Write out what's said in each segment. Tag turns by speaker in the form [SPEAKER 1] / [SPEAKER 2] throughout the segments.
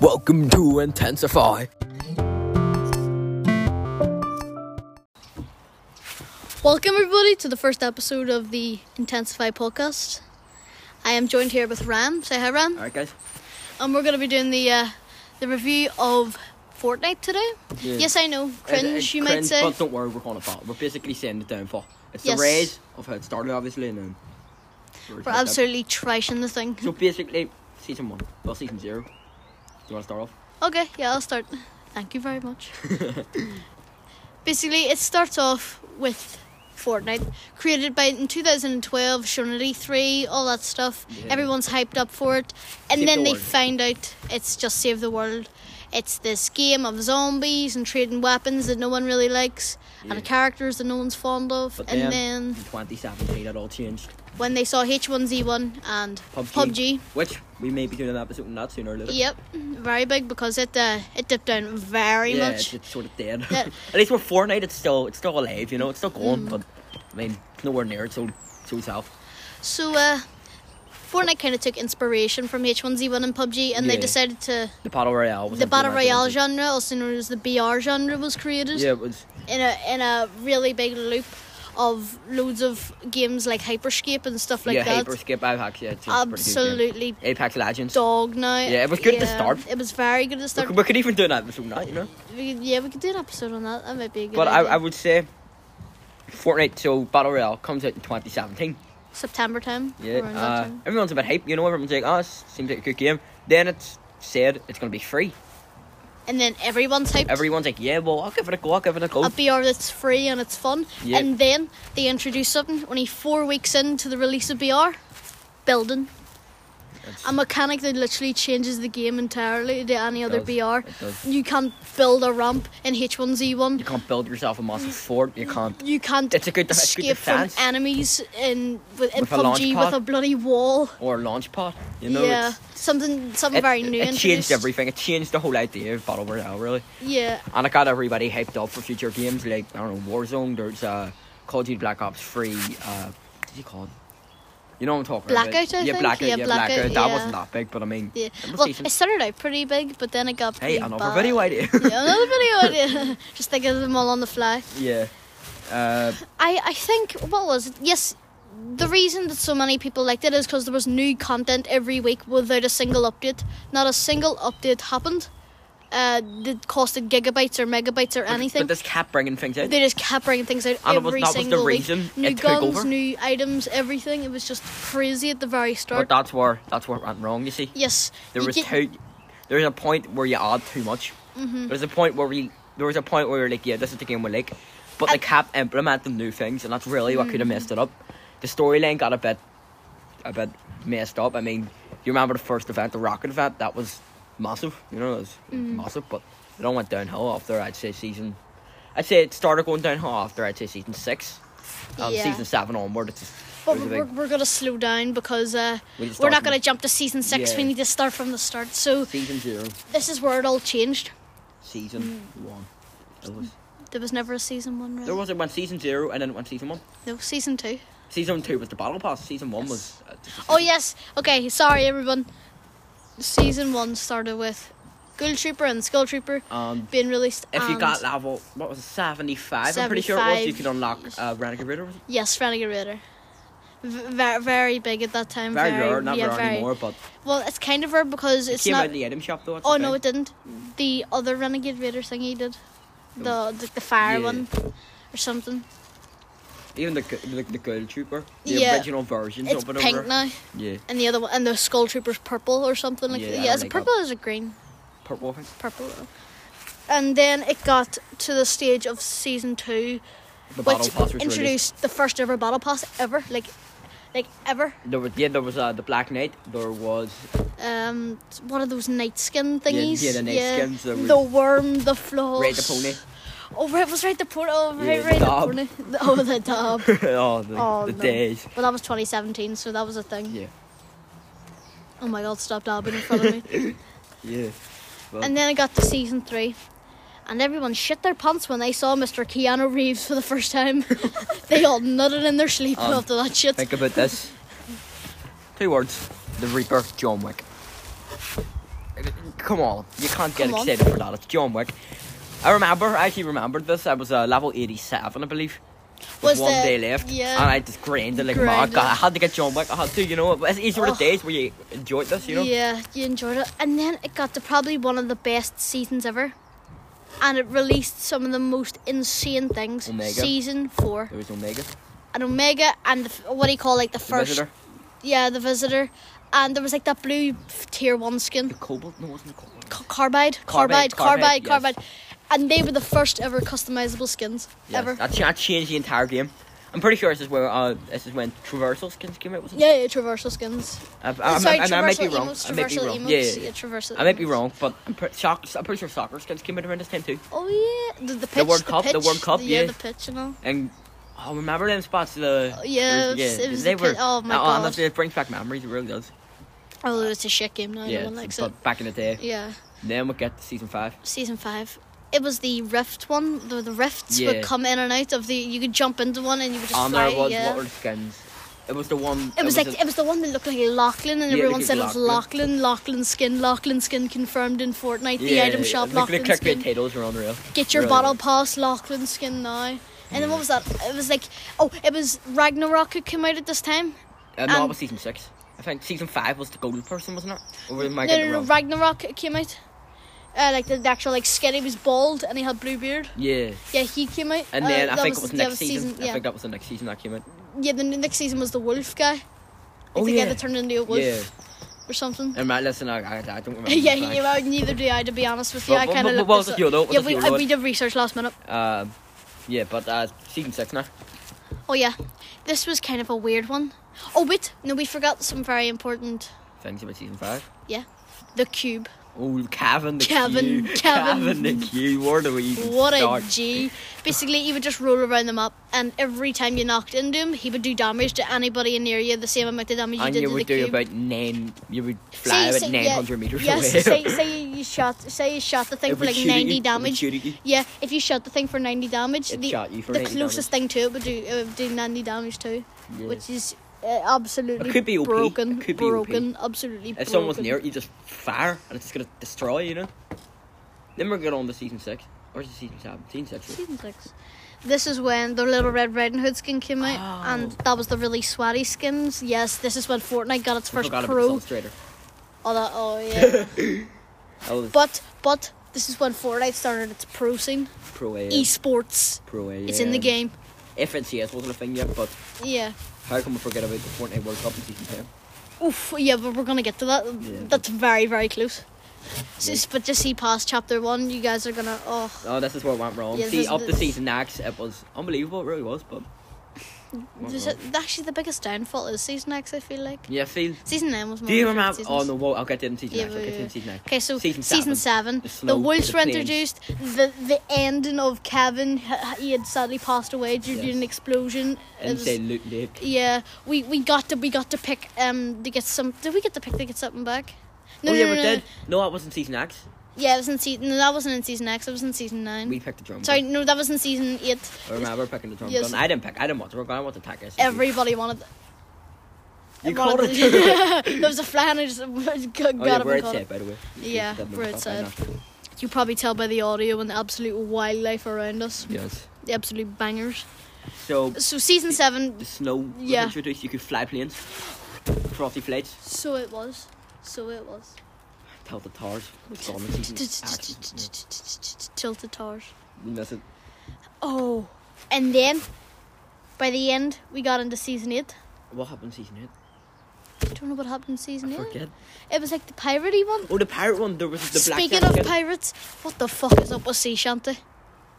[SPEAKER 1] Welcome to Intensify.
[SPEAKER 2] Welcome, everybody, to the first episode of the Intensify podcast. I am joined here with Ram. Say hi, Ram.
[SPEAKER 1] Alright, guys.
[SPEAKER 2] And we're going to be doing the uh, the review of Fortnite today.
[SPEAKER 1] Yeah.
[SPEAKER 2] Yes, I know.
[SPEAKER 1] Uh, uh,
[SPEAKER 2] Cringe, you might
[SPEAKER 1] cringe,
[SPEAKER 2] say.
[SPEAKER 1] But don't worry, we're on it back. We're basically saying the downfall. It's
[SPEAKER 2] Yes.
[SPEAKER 1] the rise of how it started, obviously, and then.
[SPEAKER 2] We're absolutely trashing the thing.
[SPEAKER 1] So basically, season one. Well, season zero. Do you want to start off?
[SPEAKER 2] Okay, yeah, I'll start. Thank you very much. Basically, it starts off with Fortnite, created by in 2012, shown at E3, all that stuff.
[SPEAKER 1] Yeah.
[SPEAKER 2] Everyone's hyped up for it, and
[SPEAKER 1] Save
[SPEAKER 2] then
[SPEAKER 1] the
[SPEAKER 2] they
[SPEAKER 1] world.
[SPEAKER 2] find out it's just save the world. It's this game of zombies and trading weapons that no one really likes,
[SPEAKER 1] Yeah.
[SPEAKER 2] and characters that no one's fond of.
[SPEAKER 1] But
[SPEAKER 2] and
[SPEAKER 1] in
[SPEAKER 2] then
[SPEAKER 1] 2017, it all changed.
[SPEAKER 2] when they saw H1Z1 and PUBG
[SPEAKER 1] Which we may be doing an episode on that sooner or later.
[SPEAKER 2] yep, very big because it uh, it dipped down very
[SPEAKER 1] yeah,
[SPEAKER 2] much.
[SPEAKER 1] It's, it's sort of dead.
[SPEAKER 2] That-
[SPEAKER 1] At least with Fortnite, it's still it's still alive, you know, it's still
[SPEAKER 2] Mm.
[SPEAKER 1] going, but I mean, it's nowhere near its old, its old self.
[SPEAKER 2] So, uh, Fortnite kind of took inspiration from H1Z1 and PUBG, and they
[SPEAKER 1] Yeah.
[SPEAKER 2] decided to.
[SPEAKER 1] The Battle Royale was
[SPEAKER 2] The battle
[SPEAKER 1] implemented
[SPEAKER 2] royale
[SPEAKER 1] into-
[SPEAKER 2] genre, also known as the BR genre, was created
[SPEAKER 1] Yeah, it was.
[SPEAKER 2] in a in a really big loop of loads of games like Hyperscape and stuff like
[SPEAKER 1] yeah,
[SPEAKER 2] that.
[SPEAKER 1] Hyperscape, Apex, yeah. It's a pretty good game.
[SPEAKER 2] Absolutely
[SPEAKER 1] Apex Legends.
[SPEAKER 2] dog now.
[SPEAKER 1] Yeah, it was good at the
[SPEAKER 2] Yeah,
[SPEAKER 1] start.
[SPEAKER 2] It was very good at the
[SPEAKER 1] We
[SPEAKER 2] start.
[SPEAKER 1] could, we could even do an episode now, you know?
[SPEAKER 2] We- yeah, we could do an episode on that. That might be a good.
[SPEAKER 1] But I,
[SPEAKER 2] idea.
[SPEAKER 1] I would say Fortnite, so Battle Royale, comes out in 2017.
[SPEAKER 2] September time.
[SPEAKER 1] Yeah,
[SPEAKER 2] around that
[SPEAKER 1] uh,
[SPEAKER 2] time.
[SPEAKER 1] everyone's a bit hyped, you know, everyone's like, oh, this seems like a good game. Then it's said it's going to be free.
[SPEAKER 2] And then everyone's hyped. Um,
[SPEAKER 1] Everyone's like, yeah, well, I'll give it a go, I'll give it a go.
[SPEAKER 2] a BR that's free and it's fun.
[SPEAKER 1] Yeah.
[SPEAKER 2] And then they introduce something only four weeks into the release of BR building.
[SPEAKER 1] It's-
[SPEAKER 2] A mechanic that literally changes the game entirely to any other
[SPEAKER 1] does,
[SPEAKER 2] BR.
[SPEAKER 1] it does.
[SPEAKER 2] You can't build a ramp in
[SPEAKER 1] you
[SPEAKER 2] H1Z1.
[SPEAKER 1] can't build yourself a massive fort, you can't.
[SPEAKER 2] You can't
[SPEAKER 1] It's a good- it's good
[SPEAKER 2] escape from
[SPEAKER 1] defense.
[SPEAKER 2] enemies in, with, in
[SPEAKER 1] With a launch
[SPEAKER 2] PUBG
[SPEAKER 1] pad.
[SPEAKER 2] with a bloody wall.
[SPEAKER 1] Or launch pad, you know?
[SPEAKER 2] yeah,
[SPEAKER 1] it's-
[SPEAKER 2] something something
[SPEAKER 1] It,
[SPEAKER 2] very
[SPEAKER 1] it-
[SPEAKER 2] new.
[SPEAKER 1] it
[SPEAKER 2] introduced.
[SPEAKER 1] changed everything. It changed the whole idea of Battle Royale, really.
[SPEAKER 2] Yeah,
[SPEAKER 1] And I got everybody hyped up for future games like I don't know Warzone. There's uh, Call of Duty Black Ops Three. Uh, what's it called? You know what I'm talking about?
[SPEAKER 2] Blackout, I
[SPEAKER 1] yeah,
[SPEAKER 2] think?
[SPEAKER 1] Blackout.
[SPEAKER 2] Yeah,
[SPEAKER 1] Yeah, Blackout.
[SPEAKER 2] Blackout,
[SPEAKER 1] That
[SPEAKER 2] yeah.
[SPEAKER 1] wasn't that big, but I mean,
[SPEAKER 2] yeah.
[SPEAKER 1] it was
[SPEAKER 2] Well,
[SPEAKER 1] decent.
[SPEAKER 2] it started out pretty big, but then it got
[SPEAKER 1] Hey,
[SPEAKER 2] pretty
[SPEAKER 1] another
[SPEAKER 2] bad.
[SPEAKER 1] video idea.
[SPEAKER 2] yeah, another video idea. Just think of them all on the fly.
[SPEAKER 1] yeah. Uh,
[SPEAKER 2] I, I think what was it? Yes, the reason that so many people liked it is because there was new content every week without a single update. Not a single update happened. Uh, that costed gigabytes or megabytes or
[SPEAKER 1] but-
[SPEAKER 2] anything.
[SPEAKER 1] But this kept bringing things out.
[SPEAKER 2] they just kept bringing things out
[SPEAKER 1] And it was-
[SPEAKER 2] every
[SPEAKER 1] that was the
[SPEAKER 2] single week.
[SPEAKER 1] reason
[SPEAKER 2] new
[SPEAKER 1] it took
[SPEAKER 2] guns,
[SPEAKER 1] over?
[SPEAKER 2] new items, everything. It was just crazy at the very
[SPEAKER 1] But
[SPEAKER 2] start.
[SPEAKER 1] that's where that's where it went wrong. You see,
[SPEAKER 2] yes,
[SPEAKER 1] there
[SPEAKER 2] you
[SPEAKER 1] was
[SPEAKER 2] get-
[SPEAKER 1] too. There was a point where you add too much. Mm-hmm. There was a point where we. There was a point where we were like, yeah, this is the game we like, but they
[SPEAKER 2] And-
[SPEAKER 1] kept implementing new things, and that's really what could have messed it up. The storyline got a bit, a bit messed up. I mean, you remember the first event, the rocket event, that was massive. You know, it was
[SPEAKER 2] Mm.
[SPEAKER 1] massive, but it all went downhill after I'd say season. I'd say it started going downhill after I'd say season six, um,
[SPEAKER 2] Yeah.
[SPEAKER 1] season seven onward. It's just,
[SPEAKER 2] But
[SPEAKER 1] it was a
[SPEAKER 2] we're,
[SPEAKER 1] big-
[SPEAKER 2] we're gonna slow down because uh,
[SPEAKER 1] We need to
[SPEAKER 2] we're
[SPEAKER 1] start
[SPEAKER 2] not
[SPEAKER 1] from-
[SPEAKER 2] gonna jump to season six. We
[SPEAKER 1] Yeah.
[SPEAKER 2] need to start from the start. So
[SPEAKER 1] season zero,
[SPEAKER 2] this is where it all changed.
[SPEAKER 1] season
[SPEAKER 2] Mm.
[SPEAKER 1] one. It was.
[SPEAKER 2] There was never a season one, really.
[SPEAKER 1] There was it went season zero and then it went season one.
[SPEAKER 2] No, season two.
[SPEAKER 1] Season two was the battle pass. Season one was. Uh,
[SPEAKER 2] Oh, yes. Okay, sorry, everyone. Season one started with Ghoul Trooper and Skull Trooper
[SPEAKER 1] Um,
[SPEAKER 2] being released.
[SPEAKER 1] if you
[SPEAKER 2] and-
[SPEAKER 1] got level, what was it, 75, I'm pretty sure it was, you
[SPEAKER 2] 75.
[SPEAKER 1] could unlock uh, Renegade Raider. was it?
[SPEAKER 2] Yes, Renegade Raider. V- ver- very big at that time.
[SPEAKER 1] Very,
[SPEAKER 2] Very,
[SPEAKER 1] rare, not
[SPEAKER 2] yeah,
[SPEAKER 1] rare
[SPEAKER 2] very.
[SPEAKER 1] anymore, but
[SPEAKER 2] Well, it's kind of rare because
[SPEAKER 1] it
[SPEAKER 2] it's
[SPEAKER 1] came out
[SPEAKER 2] not.
[SPEAKER 1] in the item shop though. that's the
[SPEAKER 2] Oh no,
[SPEAKER 1] thing.
[SPEAKER 2] it didn't. The other Renegade Raider thing he did, the the, the fire
[SPEAKER 1] Yeah.
[SPEAKER 2] one, or something.
[SPEAKER 1] Even the, g- the, the Girl Trooper, the
[SPEAKER 2] Yeah.
[SPEAKER 1] original version
[SPEAKER 2] It's
[SPEAKER 1] of it.
[SPEAKER 2] pink
[SPEAKER 1] over.
[SPEAKER 2] now,
[SPEAKER 1] Yeah,
[SPEAKER 2] and the other one, and the Skull Trooper's purple or something like
[SPEAKER 1] Yeah,
[SPEAKER 2] that.
[SPEAKER 1] I
[SPEAKER 2] Yeah,
[SPEAKER 1] don't
[SPEAKER 2] is it
[SPEAKER 1] like that.
[SPEAKER 2] purple or is it green?
[SPEAKER 1] purple, I think.
[SPEAKER 2] purple. And then it got to the stage of season two,
[SPEAKER 1] The
[SPEAKER 2] which
[SPEAKER 1] battle pass was released.
[SPEAKER 2] introduced the first ever battle pass ever, like, like ever.
[SPEAKER 1] There was, yeah, there was uh, the Black Knight, there was
[SPEAKER 2] Um, what are those night skin thingies?
[SPEAKER 1] yeah, the night skins that
[SPEAKER 2] the
[SPEAKER 1] were-
[SPEAKER 2] worm, the floss.
[SPEAKER 1] Raid the Pony.
[SPEAKER 2] Oh, right, was right the pony. Oh, right,
[SPEAKER 1] Yeah, the
[SPEAKER 2] right the
[SPEAKER 1] dab.
[SPEAKER 2] pony. Oh, the dab.
[SPEAKER 1] oh, the,
[SPEAKER 2] Oh,
[SPEAKER 1] the
[SPEAKER 2] no.
[SPEAKER 1] days.
[SPEAKER 2] Well, that was 2017, so that was a thing.
[SPEAKER 1] Yeah,
[SPEAKER 2] Oh my God, stop dabbing in front of me.
[SPEAKER 1] yeah. Well,
[SPEAKER 2] and then I got to season three. And everyone shit their pants when they saw Mr. Keanu Reeves for the first time. they all nutted in their sleep
[SPEAKER 1] Um,
[SPEAKER 2] after that shit.
[SPEAKER 1] Think about this. Two words. The Reaper, John Wick. Come on, you can't get
[SPEAKER 2] Come on.
[SPEAKER 1] excited for that. It's John Wick. I remember, I actually remembered this. I was uh, level 87, I believe. With
[SPEAKER 2] Was
[SPEAKER 1] one
[SPEAKER 2] the-
[SPEAKER 1] day left,
[SPEAKER 2] yeah.
[SPEAKER 1] and I just grinded like mad.
[SPEAKER 2] Grinded.
[SPEAKER 1] God, I had to get John Wick. I had to, you know. It's, these were the
[SPEAKER 2] Ugh.
[SPEAKER 1] days where you enjoyed this, you know.
[SPEAKER 2] Yeah, you enjoyed it. And then it got to probably one of the best seasons ever. And it released some of the most insane things.
[SPEAKER 1] Omega.
[SPEAKER 2] Season four.
[SPEAKER 1] There was Omega,
[SPEAKER 2] And Omega and the, f- what do you call like the
[SPEAKER 1] the
[SPEAKER 2] first.
[SPEAKER 1] Visitor,
[SPEAKER 2] Yeah, the Visitor. And there was like that blue f- tier one skin.
[SPEAKER 1] the Cobalt. No, it wasn't the Cobalt.
[SPEAKER 2] C- carbide,
[SPEAKER 1] Carbide,
[SPEAKER 2] carbide,
[SPEAKER 1] carbide,
[SPEAKER 2] carbide,
[SPEAKER 1] yes.
[SPEAKER 2] carbide. And they were the first ever customizable skins
[SPEAKER 1] Yes,
[SPEAKER 2] ever.
[SPEAKER 1] That, cha- that changed the entire game. I'm pretty sure this is where uh, this is when Traversal skins came out. Was it?
[SPEAKER 2] Yeah, yeah, traversal skins.
[SPEAKER 1] I, I,
[SPEAKER 2] Sorry,
[SPEAKER 1] I, I, might be
[SPEAKER 2] traversal
[SPEAKER 1] wrong.
[SPEAKER 2] emotes,
[SPEAKER 1] I might be
[SPEAKER 2] traversal
[SPEAKER 1] wrong.
[SPEAKER 2] emotes.
[SPEAKER 1] Yeah, yeah, yeah.
[SPEAKER 2] traversal
[SPEAKER 1] I might be
[SPEAKER 2] emotes.
[SPEAKER 1] wrong, but I'm, pre- soc- I'm pretty sure soccer skins came out around this time too.
[SPEAKER 2] Oh yeah, the, the pitch,
[SPEAKER 1] World Cup, the
[SPEAKER 2] pitch,
[SPEAKER 1] World Cup,
[SPEAKER 2] yeah,
[SPEAKER 1] yeah.
[SPEAKER 2] the pitch, you know.
[SPEAKER 1] And oh, remember them spots? The
[SPEAKER 2] Oh, yeah, it was- it was
[SPEAKER 1] they
[SPEAKER 2] the
[SPEAKER 1] were.
[SPEAKER 2] pit- oh, my
[SPEAKER 1] uh,
[SPEAKER 2] God.
[SPEAKER 1] it brings back memories. It really does.
[SPEAKER 2] Although it's a shit game now, no
[SPEAKER 1] yeah,
[SPEAKER 2] one likes
[SPEAKER 1] but
[SPEAKER 2] it.
[SPEAKER 1] back in the day.
[SPEAKER 2] Yeah,
[SPEAKER 1] Then we get to season five.
[SPEAKER 2] season five. It was the rift one. The, the rifts
[SPEAKER 1] Yeah.
[SPEAKER 2] would come in and out of the. You could jump into one and you would just
[SPEAKER 1] And
[SPEAKER 2] fly.
[SPEAKER 1] there was
[SPEAKER 2] yeah.
[SPEAKER 1] water skins. It was the one.
[SPEAKER 2] It was like it was the one that looked like a Lachlan, and
[SPEAKER 1] Yeah, it
[SPEAKER 2] everyone
[SPEAKER 1] looked
[SPEAKER 2] said it
[SPEAKER 1] like
[SPEAKER 2] was Lachlan, Lachlan skin, Lachlan skin confirmed in Fortnite.
[SPEAKER 1] a-
[SPEAKER 2] The item shop,
[SPEAKER 1] Look, the
[SPEAKER 2] Lachlan skin.
[SPEAKER 1] clickbait titles are unreal.
[SPEAKER 2] Get your
[SPEAKER 1] Really.
[SPEAKER 2] bottle pass, Lachlan skin now. And then what was that? It was like, oh, it was Ragnarok who came out at this time.
[SPEAKER 1] Uh, no,
[SPEAKER 2] um,
[SPEAKER 1] it was season six. I think season five was the golden person, wasn't it? Or am I
[SPEAKER 2] No,
[SPEAKER 1] getting
[SPEAKER 2] no,
[SPEAKER 1] it
[SPEAKER 2] no,
[SPEAKER 1] wrong?
[SPEAKER 2] Ragnarok came out. Uh, like the, the actual like skin, he was bald and he had blue beard.
[SPEAKER 1] Yeah.
[SPEAKER 2] Yeah, he came out.
[SPEAKER 1] And
[SPEAKER 2] Uh,
[SPEAKER 1] then I
[SPEAKER 2] that
[SPEAKER 1] think it was
[SPEAKER 2] the
[SPEAKER 1] next
[SPEAKER 2] other
[SPEAKER 1] season. I
[SPEAKER 2] Yeah,
[SPEAKER 1] think that was the next season that came out.
[SPEAKER 2] yeah. The next season was the wolf guy. Like
[SPEAKER 1] Oh,
[SPEAKER 2] the
[SPEAKER 1] yeah.
[SPEAKER 2] guy that turned into a wolf
[SPEAKER 1] Yeah.
[SPEAKER 2] or something.
[SPEAKER 1] And right, listen, I, I, I don't remember.
[SPEAKER 2] yeah,
[SPEAKER 1] the
[SPEAKER 2] he,
[SPEAKER 1] fact.
[SPEAKER 2] well, neither do I. To be honest with you,
[SPEAKER 1] Well,
[SPEAKER 2] I
[SPEAKER 1] well,
[SPEAKER 2] kind of
[SPEAKER 1] well,
[SPEAKER 2] looked
[SPEAKER 1] well,
[SPEAKER 2] this
[SPEAKER 1] it's
[SPEAKER 2] up.
[SPEAKER 1] you, though,
[SPEAKER 2] Yeah,
[SPEAKER 1] it's
[SPEAKER 2] we,
[SPEAKER 1] you,
[SPEAKER 2] I,
[SPEAKER 1] though.
[SPEAKER 2] we did research last minute.
[SPEAKER 1] Um, yeah, but uh, season six now.
[SPEAKER 2] Oh yeah, this was kind of a weird one. Oh wait, no, we forgot some very important.
[SPEAKER 1] Things about season five.
[SPEAKER 2] Yeah, the cube.
[SPEAKER 1] Oh, Kevin the
[SPEAKER 2] Kevin,
[SPEAKER 1] Q.
[SPEAKER 2] Kevin.
[SPEAKER 1] the Q. Where do we even
[SPEAKER 2] What
[SPEAKER 1] start?
[SPEAKER 2] a G. Basically, he would just roll around the map, and every time you knocked into him, he would do damage to anybody in the area, the same amount of damage you
[SPEAKER 1] and
[SPEAKER 2] did
[SPEAKER 1] you
[SPEAKER 2] to
[SPEAKER 1] would
[SPEAKER 2] the
[SPEAKER 1] do
[SPEAKER 2] cube.
[SPEAKER 1] about nine. You would
[SPEAKER 2] Say-
[SPEAKER 1] fly about
[SPEAKER 2] say-
[SPEAKER 1] nine hundred
[SPEAKER 2] yeah,
[SPEAKER 1] meters
[SPEAKER 2] yes,
[SPEAKER 1] away.
[SPEAKER 2] say, say you shot, say you shot the thing
[SPEAKER 1] It
[SPEAKER 2] for
[SPEAKER 1] would
[SPEAKER 2] like
[SPEAKER 1] shoot at you,
[SPEAKER 2] ninety
[SPEAKER 1] it would
[SPEAKER 2] damage.
[SPEAKER 1] shoot at you.
[SPEAKER 2] Yeah, if you shot the thing for ninety damage,
[SPEAKER 1] It
[SPEAKER 2] the,
[SPEAKER 1] shot you for
[SPEAKER 2] the
[SPEAKER 1] 90
[SPEAKER 2] closest thing to it would do, it would do ninety damage too,
[SPEAKER 1] Yeah.
[SPEAKER 2] which is uh, absolutely
[SPEAKER 1] It could be OP.
[SPEAKER 2] broken,
[SPEAKER 1] It could be OP.
[SPEAKER 2] broken, absolutely.
[SPEAKER 1] If
[SPEAKER 2] broken.
[SPEAKER 1] someone's near it, you just fire, and it's gonna destroy. You know. Then we're going on to season six, or is it season seven? Season six. right?
[SPEAKER 2] Season six. This is when the Little Red Riding Hood skin came out,
[SPEAKER 1] Oh.
[SPEAKER 2] and that was the really sweaty skins. Yes, this is when Fortnite got its
[SPEAKER 1] I
[SPEAKER 2] first
[SPEAKER 1] forgot
[SPEAKER 2] pro.
[SPEAKER 1] about the Illustrator.
[SPEAKER 2] Oh, that, oh yeah.
[SPEAKER 1] That Oh, was
[SPEAKER 2] but but this is when Fortnite started its pro scene,
[SPEAKER 1] pro AM.
[SPEAKER 2] esports.
[SPEAKER 1] Pro AM.
[SPEAKER 2] It's in the game.
[SPEAKER 1] FNCS wasn't a thing yet, but
[SPEAKER 2] Yeah.
[SPEAKER 1] how can we forget about the Fortnite World Cup in season ten?
[SPEAKER 2] Oof. Yeah, but we're gonna get to that.
[SPEAKER 1] Yeah.
[SPEAKER 2] That's very very close. S-
[SPEAKER 1] Yeah.
[SPEAKER 2] s- but just see past chapter one, you guys are gonna oh
[SPEAKER 1] Oh, this is where it went wrong.
[SPEAKER 2] Yeah,
[SPEAKER 1] See,
[SPEAKER 2] this-
[SPEAKER 1] up the
[SPEAKER 2] this-
[SPEAKER 1] season next, it was unbelievable. It really was, but
[SPEAKER 2] there's a- actually the biggest downfall is season X. I feel like
[SPEAKER 1] yeah, see.
[SPEAKER 2] season nine was. my
[SPEAKER 1] Do you
[SPEAKER 2] favourite
[SPEAKER 1] remember?
[SPEAKER 2] seasons.
[SPEAKER 1] Oh no, well, I'll get to it in season
[SPEAKER 2] Yeah,
[SPEAKER 1] next. I'll get to it
[SPEAKER 2] yeah,
[SPEAKER 1] in season next.
[SPEAKER 2] Okay, so
[SPEAKER 1] season seven.
[SPEAKER 2] season, seven,
[SPEAKER 1] The
[SPEAKER 2] the,
[SPEAKER 1] snow,
[SPEAKER 2] wolves
[SPEAKER 1] the
[SPEAKER 2] were
[SPEAKER 1] planes.
[SPEAKER 2] introduced. The the ending of Kevin, h- he had sadly passed away due to
[SPEAKER 1] Yes.
[SPEAKER 2] an explosion. It
[SPEAKER 1] and
[SPEAKER 2] was-
[SPEAKER 1] say Luke Luke.
[SPEAKER 2] yeah, we, we got to we got to pick um to get some. Did we get to pick to get something back?
[SPEAKER 1] oh yeah, we did. No, that wasn't season X.
[SPEAKER 2] Yeah, it was in season. No, that wasn't in season X. It was in season nine.
[SPEAKER 1] We picked the drum.
[SPEAKER 2] Sorry,
[SPEAKER 1] gun.
[SPEAKER 2] no, that was in season eight.
[SPEAKER 1] I remember picking the drum
[SPEAKER 2] Yes.
[SPEAKER 1] gun. I didn't pick. I didn't want the drum gun. I wanted the attack.
[SPEAKER 2] Everybody wanted.
[SPEAKER 1] you
[SPEAKER 2] wanted
[SPEAKER 1] called it.
[SPEAKER 2] the- there was a fly and I just got
[SPEAKER 1] oh yeah,
[SPEAKER 2] up
[SPEAKER 1] we're
[SPEAKER 2] and caught
[SPEAKER 1] outside
[SPEAKER 2] it.
[SPEAKER 1] by the way.
[SPEAKER 2] Yeah,
[SPEAKER 1] Didn't
[SPEAKER 2] we're
[SPEAKER 1] look up, I know.
[SPEAKER 2] outside. You probably tell by the audio and the absolute wildlife around us.
[SPEAKER 1] Yes.
[SPEAKER 2] The absolute bangers.
[SPEAKER 1] So
[SPEAKER 2] So season seven
[SPEAKER 1] the snow was
[SPEAKER 2] Yeah.
[SPEAKER 1] introduced. You could fly planes, frosty flights.
[SPEAKER 2] So it was. So it was.
[SPEAKER 1] Tell the towers. It's all in season X.
[SPEAKER 2] Tilted towers.
[SPEAKER 1] You miss it.
[SPEAKER 2] Oh, and then by the end we got into season eight.
[SPEAKER 1] What happened in season eight?
[SPEAKER 2] I don't know what happened in season
[SPEAKER 1] I
[SPEAKER 2] eight.
[SPEAKER 1] forget.
[SPEAKER 2] It was like the piratey one.
[SPEAKER 1] Oh, the pirate one. There was the black.
[SPEAKER 2] Speaking
[SPEAKER 1] Jack
[SPEAKER 2] of
[SPEAKER 1] kid.
[SPEAKER 2] pirates, what the fuck is up with sea shanty?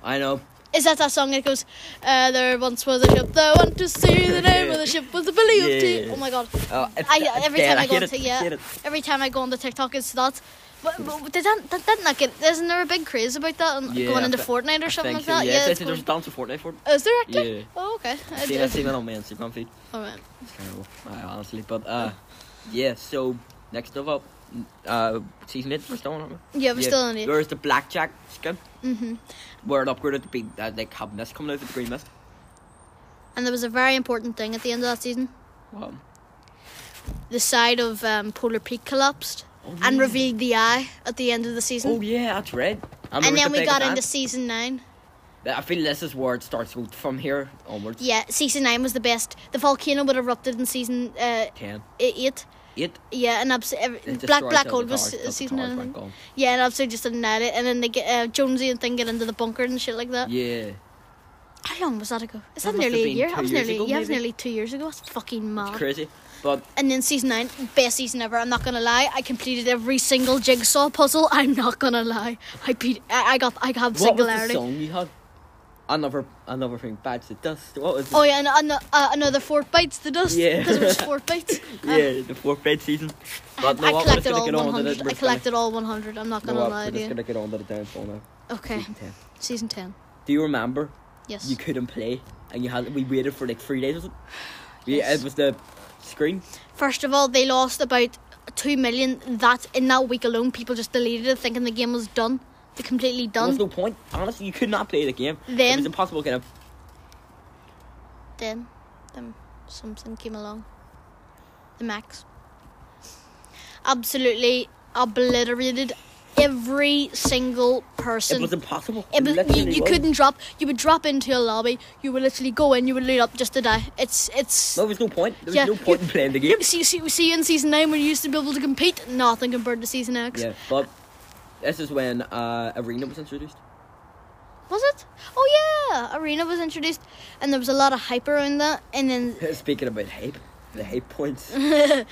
[SPEAKER 1] I know.
[SPEAKER 2] Is that that song that goes, uh, there once was a ship that went to sea, the name of the ship was the Billy of Tea.
[SPEAKER 1] Yeah.
[SPEAKER 2] Oh my god.
[SPEAKER 1] Oh, it's,
[SPEAKER 2] I,
[SPEAKER 1] it's
[SPEAKER 2] every
[SPEAKER 1] dead.
[SPEAKER 2] time I, go
[SPEAKER 1] hate
[SPEAKER 2] on
[SPEAKER 1] it.
[SPEAKER 2] to, yeah,
[SPEAKER 1] hate it.
[SPEAKER 2] every time I go on the TikTok, it's that. But, but did that, that, that not get? Isn't there a big craze about that and
[SPEAKER 1] Yeah,
[SPEAKER 2] going
[SPEAKER 1] I
[SPEAKER 2] into
[SPEAKER 1] thi-
[SPEAKER 2] Fortnite or something like
[SPEAKER 1] Thank you.
[SPEAKER 2] that?
[SPEAKER 1] Yeah,
[SPEAKER 2] Yeah,
[SPEAKER 1] it's,
[SPEAKER 2] it's
[SPEAKER 1] it's, there's dance for Fortnite for it.
[SPEAKER 2] going- is there actually?
[SPEAKER 1] Yeah.
[SPEAKER 2] Oh, okay. I
[SPEAKER 1] I've seen, I've
[SPEAKER 2] did.
[SPEAKER 1] seen it on my Instagram feed.
[SPEAKER 2] All right.
[SPEAKER 1] It's terrible, uh, honestly. But uh, yeah. So next up, uh, season eight. We're still on, aren't we?
[SPEAKER 2] Yeah, we're still on it.
[SPEAKER 1] There's the blackjack skin,
[SPEAKER 2] hmm
[SPEAKER 1] where it upgraded to be uh, like have mist coming out of the green mist.
[SPEAKER 2] And there was a very important thing at the end of that season.
[SPEAKER 1] Wow.
[SPEAKER 2] The side of um, Polar Peak collapsed, and revealed the eye at the end of the season.
[SPEAKER 1] Oh yeah, that's right. I remember
[SPEAKER 2] and
[SPEAKER 1] the
[SPEAKER 2] then we
[SPEAKER 1] big
[SPEAKER 2] got
[SPEAKER 1] event.
[SPEAKER 2] into season nine.
[SPEAKER 1] I feel this is where it starts with- from here onwards.
[SPEAKER 2] Yeah, season nine was the best. The volcano would erupted in season uh,
[SPEAKER 1] Ten.
[SPEAKER 2] e- eight.
[SPEAKER 1] It.
[SPEAKER 2] Yeah, and abs- every,
[SPEAKER 1] it destroys
[SPEAKER 2] black black
[SPEAKER 1] all
[SPEAKER 2] hole
[SPEAKER 1] the
[SPEAKER 2] was
[SPEAKER 1] towers, all
[SPEAKER 2] uh,
[SPEAKER 1] the
[SPEAKER 2] season
[SPEAKER 1] towers
[SPEAKER 2] nine. I
[SPEAKER 1] went
[SPEAKER 2] think.
[SPEAKER 1] gone.
[SPEAKER 2] Yeah, and absolutely just denied it. And then they get uh, Jonesy and thing get into the bunker and shit like that.
[SPEAKER 1] Yeah.
[SPEAKER 2] How long was that ago? Is
[SPEAKER 1] That
[SPEAKER 2] that,
[SPEAKER 1] must have
[SPEAKER 2] nearly a
[SPEAKER 1] been
[SPEAKER 2] year?
[SPEAKER 1] two
[SPEAKER 2] That was
[SPEAKER 1] years
[SPEAKER 2] nearly
[SPEAKER 1] ago,
[SPEAKER 2] yeah, it was
[SPEAKER 1] maybe.
[SPEAKER 2] nearly two years ago. That's fucking mad.
[SPEAKER 1] It's crazy. But
[SPEAKER 2] And then season nine, best season ever. I'm not gonna lie. I completed every single jigsaw puzzle. I'm not gonna lie. I beat. I, I got. I have
[SPEAKER 1] what was the
[SPEAKER 2] singularity.
[SPEAKER 1] song you had? Another another thing. Bites the dust. What was it?
[SPEAKER 2] Oh yeah, and, ano- uh, another four bites the dust.
[SPEAKER 1] Yeah.
[SPEAKER 2] Because it was four bites. Um,
[SPEAKER 1] yeah, the fourth bed season. But no,
[SPEAKER 2] I
[SPEAKER 1] what, we're just
[SPEAKER 2] collected
[SPEAKER 1] gonna
[SPEAKER 2] all
[SPEAKER 1] get on with
[SPEAKER 2] 100.
[SPEAKER 1] it.
[SPEAKER 2] I
[SPEAKER 1] We're
[SPEAKER 2] collected all 100. I'm not
[SPEAKER 1] gonna,
[SPEAKER 2] gonna
[SPEAKER 1] no,
[SPEAKER 2] lie
[SPEAKER 1] we're
[SPEAKER 2] to
[SPEAKER 1] just
[SPEAKER 2] you.
[SPEAKER 1] gonna get on to the downfall now.
[SPEAKER 2] Okay,
[SPEAKER 1] Season 10.
[SPEAKER 2] season 10.
[SPEAKER 1] Do you remember
[SPEAKER 2] Yes.
[SPEAKER 1] you couldn't play and you had we waited for like three days or something? Yeah,
[SPEAKER 2] Yes.
[SPEAKER 1] it was the screen.
[SPEAKER 2] First of all, they lost about two million. That in that week alone, people just deleted it, thinking the game was done. They completely
[SPEAKER 1] There
[SPEAKER 2] done.
[SPEAKER 1] was no point. Honestly, you could not play the game. it
[SPEAKER 2] Then-
[SPEAKER 1] was impossible to get a
[SPEAKER 2] Then, then something came along. The Max. Absolutely obliterated every single person.
[SPEAKER 1] It was impossible.
[SPEAKER 2] It was, you,
[SPEAKER 1] literally
[SPEAKER 2] you
[SPEAKER 1] was.
[SPEAKER 2] couldn't drop. You would drop into a lobby. You would literally go in. You would loot up just to die. It's it's.
[SPEAKER 1] There was no point. There was
[SPEAKER 2] Yeah,
[SPEAKER 1] no point in playing the game.
[SPEAKER 2] See, see, see, in season nine when you used to be able to compete, nothing compared to season X.
[SPEAKER 1] Yeah, but this is when uh, Arena was introduced.
[SPEAKER 2] Was it? Oh yeah, Arena was introduced, and there was a lot of hype around that. And then
[SPEAKER 1] Speaking about hype, the hype points.
[SPEAKER 2] Mm-hmm.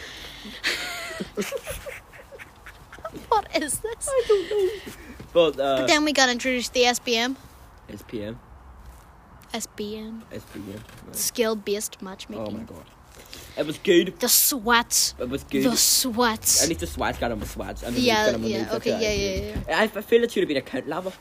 [SPEAKER 2] what is this?
[SPEAKER 1] but uh,
[SPEAKER 2] But then we got introduced to the SBM,
[SPEAKER 1] SPM,
[SPEAKER 2] SBM,
[SPEAKER 1] SPM. right.
[SPEAKER 2] skill-based matchmaking.
[SPEAKER 1] Oh my god, it was good.
[SPEAKER 2] The sweats.
[SPEAKER 1] It was good.
[SPEAKER 2] The sweats.
[SPEAKER 1] At least the swats got him with swats. And
[SPEAKER 2] Yeah,
[SPEAKER 1] got him
[SPEAKER 2] yeah, okay, yeah, yeah,
[SPEAKER 1] yeah. I, I feel it should have been a count level.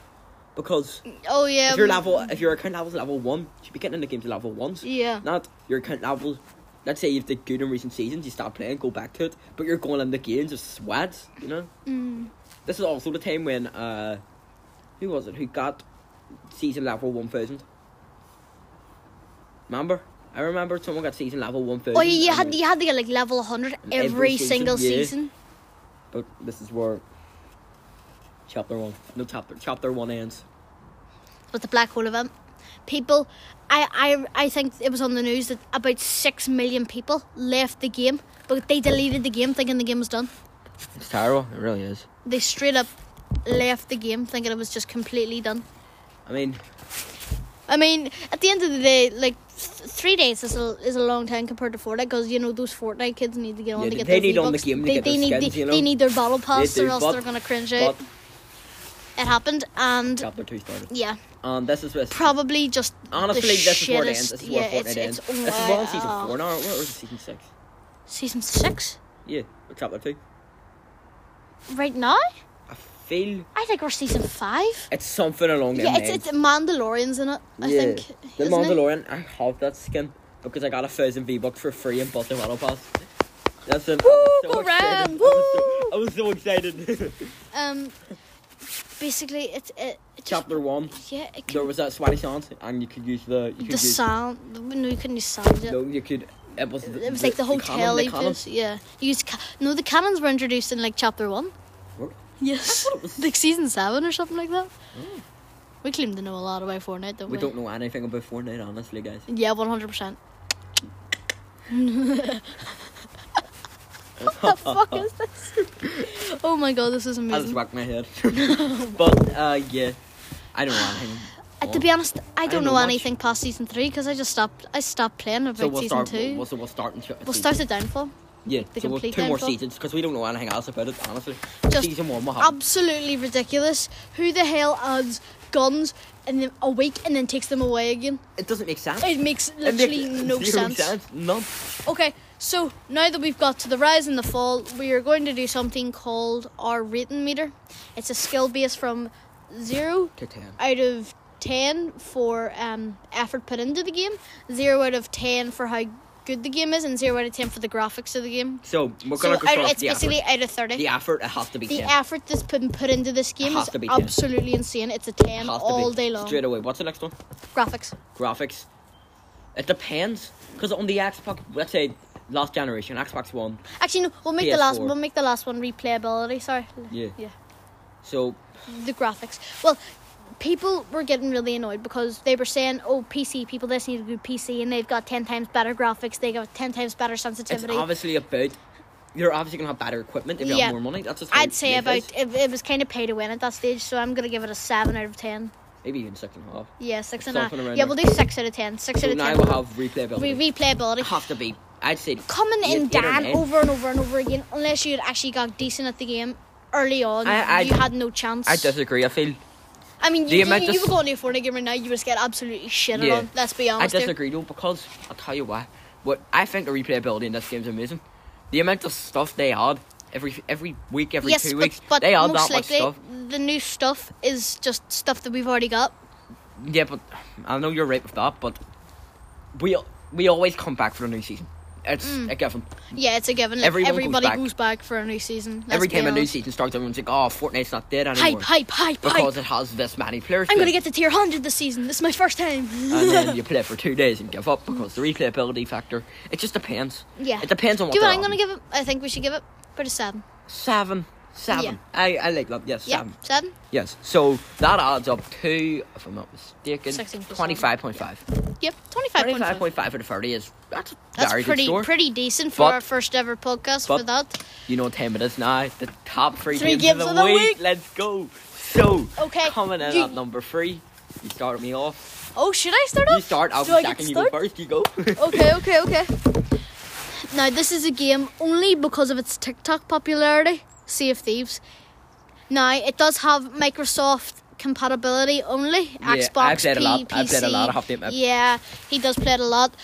[SPEAKER 1] Because
[SPEAKER 2] oh yeah.
[SPEAKER 1] if your
[SPEAKER 2] mm,
[SPEAKER 1] level, if your account level's level one, you should be getting in the game to level ones.
[SPEAKER 2] Yeah.
[SPEAKER 1] Not your account level. Let's say if they good in recent seasons, you stop playing, go back to it. But you're going in the games of sweats, you know.
[SPEAKER 2] Mm.
[SPEAKER 1] This is also the time when uh, who was it who got season level one thousand? Remember? I remember someone got season level one thousand.
[SPEAKER 2] Oh yeah, you had you had to get like level 100 every,
[SPEAKER 1] every season,
[SPEAKER 2] single
[SPEAKER 1] yeah.
[SPEAKER 2] season.
[SPEAKER 1] But this is where chapter one, no chapter, chapter one ends.
[SPEAKER 2] with the black hole event. People, I, I, I think it was on the news that about six million people left the game, but they deleted the game thinking the game was done.
[SPEAKER 1] It's terrible. It really is.
[SPEAKER 2] They straight up left the game thinking it was just completely done.
[SPEAKER 1] I mean,
[SPEAKER 2] I mean, at the end of the day, like th- three days is a, is a long time compared to Fortnite because you know those Fortnite kids need to get on
[SPEAKER 1] Yeah,
[SPEAKER 2] to get
[SPEAKER 1] they
[SPEAKER 2] their
[SPEAKER 1] need on the
[SPEAKER 2] V-Bucks.
[SPEAKER 1] game to
[SPEAKER 2] They,
[SPEAKER 1] get
[SPEAKER 2] they
[SPEAKER 1] their
[SPEAKER 2] need
[SPEAKER 1] skins,
[SPEAKER 2] they,
[SPEAKER 1] you
[SPEAKER 2] they
[SPEAKER 1] know?
[SPEAKER 2] need their battle pass
[SPEAKER 1] do,
[SPEAKER 2] or else
[SPEAKER 1] but-
[SPEAKER 2] they're gonna cringe out.
[SPEAKER 1] but
[SPEAKER 2] It happened, and
[SPEAKER 1] chapter two started.
[SPEAKER 2] yeah,
[SPEAKER 1] Um, this is this.
[SPEAKER 2] probably just
[SPEAKER 1] honestly,
[SPEAKER 2] the
[SPEAKER 1] this is where it
[SPEAKER 2] shittest-
[SPEAKER 1] ends. This is
[SPEAKER 2] yeah,
[SPEAKER 1] where Fortnite
[SPEAKER 2] it's,
[SPEAKER 1] ends.
[SPEAKER 2] It's, um,
[SPEAKER 1] this is where on season
[SPEAKER 2] wow.
[SPEAKER 1] four now. Or was it season six?
[SPEAKER 2] Season six?
[SPEAKER 1] Yeah, or chapter two.
[SPEAKER 2] Right now?
[SPEAKER 1] I feel
[SPEAKER 2] I think we're season five.
[SPEAKER 1] it's something along
[SPEAKER 2] Yeah,
[SPEAKER 1] them
[SPEAKER 2] it's
[SPEAKER 1] lines.
[SPEAKER 2] it's Mandalorian's in it. I think.
[SPEAKER 1] the
[SPEAKER 2] isn't it?
[SPEAKER 1] Mandalorian. I have that skin because I got a thousand V bucks for free and bought the battle pass. That's it. I
[SPEAKER 2] go
[SPEAKER 1] was so excited. I
[SPEAKER 2] round,
[SPEAKER 1] was so, I was so excited.
[SPEAKER 2] Um, basically, it's it. it just-
[SPEAKER 1] chapter one.
[SPEAKER 2] yeah, it
[SPEAKER 1] There
[SPEAKER 2] can,
[SPEAKER 1] was that sweaty sound, and you could use the you could
[SPEAKER 2] the
[SPEAKER 1] use
[SPEAKER 2] sound. No, you couldn't use sound. Yeah.
[SPEAKER 1] no, you could. It was, the,
[SPEAKER 2] It was like the, hotel.
[SPEAKER 1] cannon,
[SPEAKER 2] he
[SPEAKER 1] the cannon.
[SPEAKER 2] built, yeah, you used ca- no. The cannons were introduced in like chapter one.
[SPEAKER 1] Were-
[SPEAKER 2] Yes,
[SPEAKER 1] thought it was- Oh.
[SPEAKER 2] like season seven or something like that. We claim to know a lot about Fortnite, don't we?
[SPEAKER 1] We don't know anything about Fortnite, honestly, guys.
[SPEAKER 2] Yeah, one hundred percent. What the fuck is this? Oh my god, this is
[SPEAKER 1] I just
[SPEAKER 2] amazing.
[SPEAKER 1] whacked my head. but uh, yeah, I don't know anything.
[SPEAKER 2] Uh, to
[SPEAKER 1] on.
[SPEAKER 2] be honest, I don't know,
[SPEAKER 1] know much.
[SPEAKER 2] anything past season three because I just stopped. I stopped playing about
[SPEAKER 1] so we'll
[SPEAKER 2] season
[SPEAKER 1] start.
[SPEAKER 2] 2
[SPEAKER 1] We'll,
[SPEAKER 2] We'll,
[SPEAKER 1] we'll, so we'll start. In we'll
[SPEAKER 2] start the downfall.
[SPEAKER 1] Yeah,
[SPEAKER 2] the
[SPEAKER 1] so we'll, two
[SPEAKER 2] complete
[SPEAKER 1] more
[SPEAKER 2] downfall.
[SPEAKER 1] seasons because we don't know anything else about it. Honestly,
[SPEAKER 2] Just
[SPEAKER 1] season one, what happened?
[SPEAKER 2] Absolutely ridiculous. Who the hell adds guns and then a week and then takes them away again?
[SPEAKER 1] it doesn't make sense.
[SPEAKER 2] It makes
[SPEAKER 1] It
[SPEAKER 2] literally
[SPEAKER 1] makes
[SPEAKER 2] no
[SPEAKER 1] zero
[SPEAKER 2] sense.
[SPEAKER 1] None.
[SPEAKER 2] Okay, so now that we've got to the rise and the fall, we are going to do something called our rating meter. It's a skill base from zero
[SPEAKER 1] To ten.
[SPEAKER 2] out of 10 for um, effort put into the game, 0 out of 10 for how good the game is, and 0 out of 10 for the graphics of the game.
[SPEAKER 1] So we're
[SPEAKER 2] So
[SPEAKER 1] gonna go
[SPEAKER 2] out,
[SPEAKER 1] start
[SPEAKER 2] it's
[SPEAKER 1] the effort.
[SPEAKER 2] basically out of 30.
[SPEAKER 1] The effort. It has to be
[SPEAKER 2] The
[SPEAKER 1] ten.
[SPEAKER 2] effort that's been put into this game
[SPEAKER 1] Has
[SPEAKER 2] is
[SPEAKER 1] to be 10.
[SPEAKER 2] absolutely insane. It's a
[SPEAKER 1] It
[SPEAKER 2] 10
[SPEAKER 1] has to
[SPEAKER 2] all
[SPEAKER 1] be.
[SPEAKER 2] day long.
[SPEAKER 1] Straight away. What's the next one?
[SPEAKER 2] Graphics.
[SPEAKER 1] Graphics. It depends because on the Xbox, let's say last generation, Xbox One.
[SPEAKER 2] Actually, no. We'll make the last.
[SPEAKER 1] PS4.
[SPEAKER 2] We'll make the last one replayability. Sorry.
[SPEAKER 1] Yeah.
[SPEAKER 2] Yeah.
[SPEAKER 1] So
[SPEAKER 2] The graphics. Well, people were getting really annoyed because they were saying, "Oh, PC people, this need to do PC, and they've got ten times better graphics. They got ten times better
[SPEAKER 1] it's
[SPEAKER 2] sensitivity."
[SPEAKER 1] obviously about you're obviously gonna have better equipment if you
[SPEAKER 2] Yeah.
[SPEAKER 1] have more money. That's just how
[SPEAKER 2] I'd say
[SPEAKER 1] life
[SPEAKER 2] about
[SPEAKER 1] is.
[SPEAKER 2] it, it was kind of pay to win at that stage, so I'm gonna give it a seven out of ten.
[SPEAKER 1] maybe even six and a half.
[SPEAKER 2] Yeah, six
[SPEAKER 1] It's
[SPEAKER 2] and a half.
[SPEAKER 1] something around
[SPEAKER 2] Yeah,
[SPEAKER 1] there.
[SPEAKER 2] we'll do six out of ten. Six
[SPEAKER 1] So
[SPEAKER 2] out of
[SPEAKER 1] now
[SPEAKER 2] ten.
[SPEAKER 1] we'll have replayability.
[SPEAKER 2] Re- replayability.
[SPEAKER 1] have to be. I'd say
[SPEAKER 2] coming
[SPEAKER 1] eight-
[SPEAKER 2] in
[SPEAKER 1] eight or
[SPEAKER 2] down
[SPEAKER 1] nine.
[SPEAKER 2] over and over and over again, unless you had actually got decent at the game early on,
[SPEAKER 1] I- I-
[SPEAKER 2] you had no chance.
[SPEAKER 1] I disagree. I feel
[SPEAKER 2] I mean,
[SPEAKER 1] the
[SPEAKER 2] you, you,
[SPEAKER 1] amount
[SPEAKER 2] you
[SPEAKER 1] of-
[SPEAKER 2] were going to a Fortnite game right now, you just get absolutely shit
[SPEAKER 1] Yeah.
[SPEAKER 2] on. Let's be
[SPEAKER 1] I
[SPEAKER 2] honest. here.
[SPEAKER 1] disagree though because I'll tell you why. What I think the replayability in this game is amazing. The amount of stuff they add every every week, every
[SPEAKER 2] yes,
[SPEAKER 1] two
[SPEAKER 2] but,
[SPEAKER 1] weeks,
[SPEAKER 2] but
[SPEAKER 1] they add
[SPEAKER 2] most
[SPEAKER 1] that much
[SPEAKER 2] likely,
[SPEAKER 1] stuff.
[SPEAKER 2] the new stuff is just stuff that we've already got.
[SPEAKER 1] Yeah, but I know you're right with that, but we we always come back for a new season. It's
[SPEAKER 2] Mm.
[SPEAKER 1] a given.
[SPEAKER 2] Yeah, it's a given. Like,
[SPEAKER 1] Everyone goes
[SPEAKER 2] everybody
[SPEAKER 1] back.
[SPEAKER 2] goes back for a new season. Let's
[SPEAKER 1] Every
[SPEAKER 2] be
[SPEAKER 1] time a new
[SPEAKER 2] honest.
[SPEAKER 1] season starts, everyone's like, "Oh, Fortnite's not dead anymore,"
[SPEAKER 2] Hype, hype, hype, hype.
[SPEAKER 1] because it has this many players.
[SPEAKER 2] I'm
[SPEAKER 1] to it.
[SPEAKER 2] gonna get to tier 100 this season. This is my first time.
[SPEAKER 1] and then you play for two days and give up because the replayability factor. It just depends.
[SPEAKER 2] Yeah.
[SPEAKER 1] It depends on what.
[SPEAKER 2] Do you know
[SPEAKER 1] they're
[SPEAKER 2] what I'm gonna
[SPEAKER 1] on.
[SPEAKER 2] give it? I think we should give it about a seven.
[SPEAKER 1] Seven. Seven. I, I like that. Yes,
[SPEAKER 2] Yeah,
[SPEAKER 1] seven.
[SPEAKER 2] seven.
[SPEAKER 1] Yes. So that adds up to, if I'm not mistaken,
[SPEAKER 2] 16%.
[SPEAKER 1] twenty five point five.
[SPEAKER 2] Yep, twenty-five point
[SPEAKER 1] Twenty-five
[SPEAKER 2] five.
[SPEAKER 1] point five out of thirty is that's a
[SPEAKER 2] That's
[SPEAKER 1] very
[SPEAKER 2] pretty
[SPEAKER 1] good score.
[SPEAKER 2] pretty decent for
[SPEAKER 1] But-
[SPEAKER 2] our first ever podcast
[SPEAKER 1] but-
[SPEAKER 2] for that.
[SPEAKER 1] You know what time it is now? The top three,
[SPEAKER 2] Three
[SPEAKER 1] games,
[SPEAKER 2] games
[SPEAKER 1] of
[SPEAKER 2] of
[SPEAKER 1] the,
[SPEAKER 2] the
[SPEAKER 1] week.
[SPEAKER 2] week.
[SPEAKER 1] Let's go. So
[SPEAKER 2] Okay,
[SPEAKER 1] coming in
[SPEAKER 2] you-
[SPEAKER 1] at number three. You start me off.
[SPEAKER 2] Oh, should I start
[SPEAKER 1] You
[SPEAKER 2] off?
[SPEAKER 1] start. I'll
[SPEAKER 2] Do
[SPEAKER 1] be
[SPEAKER 2] I get
[SPEAKER 1] second.
[SPEAKER 2] to
[SPEAKER 1] You go
[SPEAKER 2] start?
[SPEAKER 1] first. You go.
[SPEAKER 2] Okay, okay, okay. Now this is a game only because of its TikTok popularity. Sea of Thieves. Now it does have Microsoft compatibility only.
[SPEAKER 1] Yeah,
[SPEAKER 2] Xbox,
[SPEAKER 1] I played a lot.
[SPEAKER 2] P-
[SPEAKER 1] I played a lot. I
[SPEAKER 2] PC.
[SPEAKER 1] have to admit.
[SPEAKER 2] Yeah, he does play it a lot.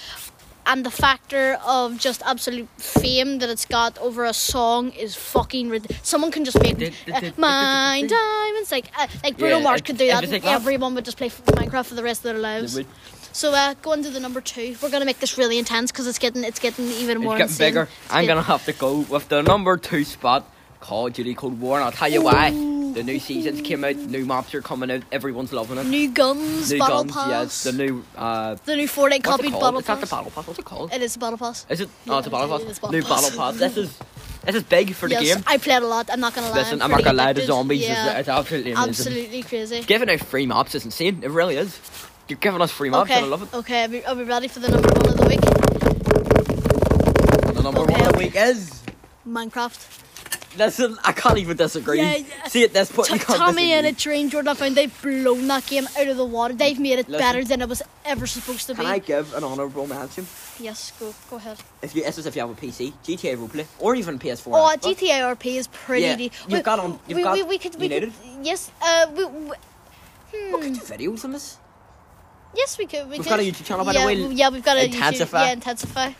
[SPEAKER 2] And the factor of just absolute fame that it's got over a song is fucking ridiculous. Someone can just make
[SPEAKER 1] Did- did-
[SPEAKER 2] uh,
[SPEAKER 1] did-
[SPEAKER 2] my
[SPEAKER 1] did- did-
[SPEAKER 2] diamonds like uh, like Bruno
[SPEAKER 1] Yeah,
[SPEAKER 2] Mars
[SPEAKER 1] it-
[SPEAKER 2] could do
[SPEAKER 1] it
[SPEAKER 2] that.
[SPEAKER 1] was like
[SPEAKER 2] and
[SPEAKER 1] that.
[SPEAKER 2] everyone would just play Minecraft for the rest of their lives.
[SPEAKER 1] It would-
[SPEAKER 2] So uh, going to the number two, we're gonna make this really intense because it's getting it's getting even more.
[SPEAKER 1] it's getting
[SPEAKER 2] insane.
[SPEAKER 1] bigger.
[SPEAKER 2] It's
[SPEAKER 1] I'm
[SPEAKER 2] getting-
[SPEAKER 1] gonna have to go with the number two spot, Call of Duty Cold War, and I'll tell you why. The new seasons came out, new maps are coming out, everyone's loving it.
[SPEAKER 2] new guns,
[SPEAKER 1] new
[SPEAKER 2] battle
[SPEAKER 1] guns,
[SPEAKER 2] pass.
[SPEAKER 1] yes. The new uh,
[SPEAKER 2] the new
[SPEAKER 1] what's
[SPEAKER 2] Fortnite
[SPEAKER 1] it
[SPEAKER 2] copied
[SPEAKER 1] called?
[SPEAKER 2] battle
[SPEAKER 1] it's
[SPEAKER 2] pass.
[SPEAKER 1] not the battle pass. What's it called?
[SPEAKER 2] It is the battle pass.
[SPEAKER 1] Is it? Oh, it's a
[SPEAKER 2] Yeah,
[SPEAKER 1] battle
[SPEAKER 2] it is
[SPEAKER 1] pass.
[SPEAKER 2] battle
[SPEAKER 1] new
[SPEAKER 2] pass.
[SPEAKER 1] battle pass. This is this is big for the
[SPEAKER 2] yes,
[SPEAKER 1] game.
[SPEAKER 2] I played a lot. I'm not gonna lie.
[SPEAKER 1] Listen, I'm not
[SPEAKER 2] pretty
[SPEAKER 1] gonna lie, the
[SPEAKER 2] addicted.
[SPEAKER 1] zombies
[SPEAKER 2] Yeah,
[SPEAKER 1] is it's absolutely amazing.
[SPEAKER 2] absolutely crazy.
[SPEAKER 1] Giving out free maps is insane. It really is. You're giving us free maps,
[SPEAKER 2] okay,
[SPEAKER 1] and I love it.
[SPEAKER 2] okay, are we, are we ready for the number one of the week?
[SPEAKER 1] The number
[SPEAKER 2] Okay,
[SPEAKER 1] one of the
[SPEAKER 2] okay.
[SPEAKER 1] week is.
[SPEAKER 2] Minecraft.
[SPEAKER 1] Listen, I can't even disagree.
[SPEAKER 2] Yeah, yeah.
[SPEAKER 1] See at this point,
[SPEAKER 2] T-
[SPEAKER 1] you can't
[SPEAKER 2] Tommy and a
[SPEAKER 1] disagree.
[SPEAKER 2] Dream Jordan I found they've blown that game out of the water. They've made it
[SPEAKER 1] Listen.
[SPEAKER 2] better than it was ever supposed to be.
[SPEAKER 1] Can I give an honourable mention?
[SPEAKER 2] Yes, go go ahead.
[SPEAKER 1] If you, this is if you have a PC, GTA roleplay, or even PS4.
[SPEAKER 2] Oh,
[SPEAKER 1] and Xbox.
[SPEAKER 2] GTA RP is pretty.
[SPEAKER 1] Yeah,
[SPEAKER 2] de-
[SPEAKER 1] you've got on- you've
[SPEAKER 2] we,
[SPEAKER 1] got
[SPEAKER 2] we, we could, we could,
[SPEAKER 1] United.
[SPEAKER 2] yes, uh, we, we, hmm,
[SPEAKER 1] We could do videos on this.
[SPEAKER 2] yes, we could. We
[SPEAKER 1] We've
[SPEAKER 2] could.
[SPEAKER 1] got a YouTube channel, by the
[SPEAKER 2] yeah,
[SPEAKER 1] way.
[SPEAKER 2] we- Yeah, we've got a
[SPEAKER 1] Intensify.
[SPEAKER 2] YouTube. Yeah, intensify.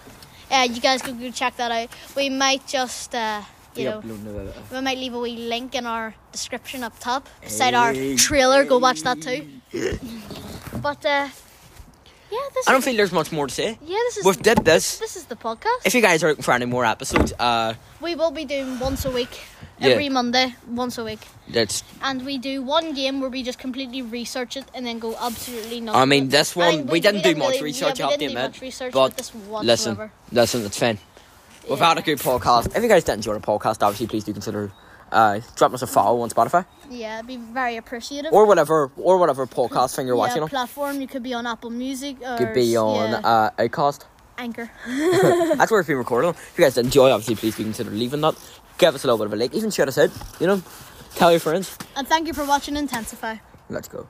[SPEAKER 2] Uh, you guys could go check that out. We might just, uh, you
[SPEAKER 1] Yeah,
[SPEAKER 2] know,
[SPEAKER 1] no, no, no, no.
[SPEAKER 2] we might leave a wee link in our description up top beside our
[SPEAKER 1] Hey,
[SPEAKER 2] trailer. Go watch that
[SPEAKER 1] hey.
[SPEAKER 2] too. But uh, yeah, this.
[SPEAKER 1] I don't
[SPEAKER 2] is,
[SPEAKER 1] feel there's much more to say.
[SPEAKER 2] Yeah, this is.
[SPEAKER 1] We've did this.
[SPEAKER 2] This is the podcast.
[SPEAKER 1] If you guys are looking for any more episodes, uh,
[SPEAKER 2] we will be doing once a week,
[SPEAKER 1] Yeah.
[SPEAKER 2] every Monday, once a week.
[SPEAKER 1] that's.
[SPEAKER 2] and we do one game where we just completely research it and then go absolutely nothing.
[SPEAKER 1] I mean, this
[SPEAKER 2] Oh, I
[SPEAKER 1] one
[SPEAKER 2] mean,
[SPEAKER 1] we, didn't do much
[SPEAKER 2] really-
[SPEAKER 1] research.
[SPEAKER 2] Yeah,
[SPEAKER 1] I
[SPEAKER 2] we
[SPEAKER 1] have
[SPEAKER 2] didn't do
[SPEAKER 1] to admit,
[SPEAKER 2] much research
[SPEAKER 1] but
[SPEAKER 2] with this
[SPEAKER 1] listen,
[SPEAKER 2] whatsoever.
[SPEAKER 1] listen, it's fine. We've
[SPEAKER 2] Yeah.
[SPEAKER 1] had a good podcast. If you guys did enjoy the podcast, obviously please do consider uh, dropping us a follow on Spotify
[SPEAKER 2] Yeah, it'd be very appreciative.
[SPEAKER 1] or whatever or whatever podcast thing you're
[SPEAKER 2] yeah,
[SPEAKER 1] watching. on.
[SPEAKER 2] platform. You could be on Apple Music. Or,
[SPEAKER 1] Could be on
[SPEAKER 2] yeah,
[SPEAKER 1] uh, Acast.
[SPEAKER 2] Anchor.
[SPEAKER 1] That's where it's been recorded. on. If you guys enjoy, obviously, please do consider leaving that. Give us a little bit of a like. Even shout us out. You know, tell your friends.
[SPEAKER 2] and thank you for watching Intensify.
[SPEAKER 1] Let's go.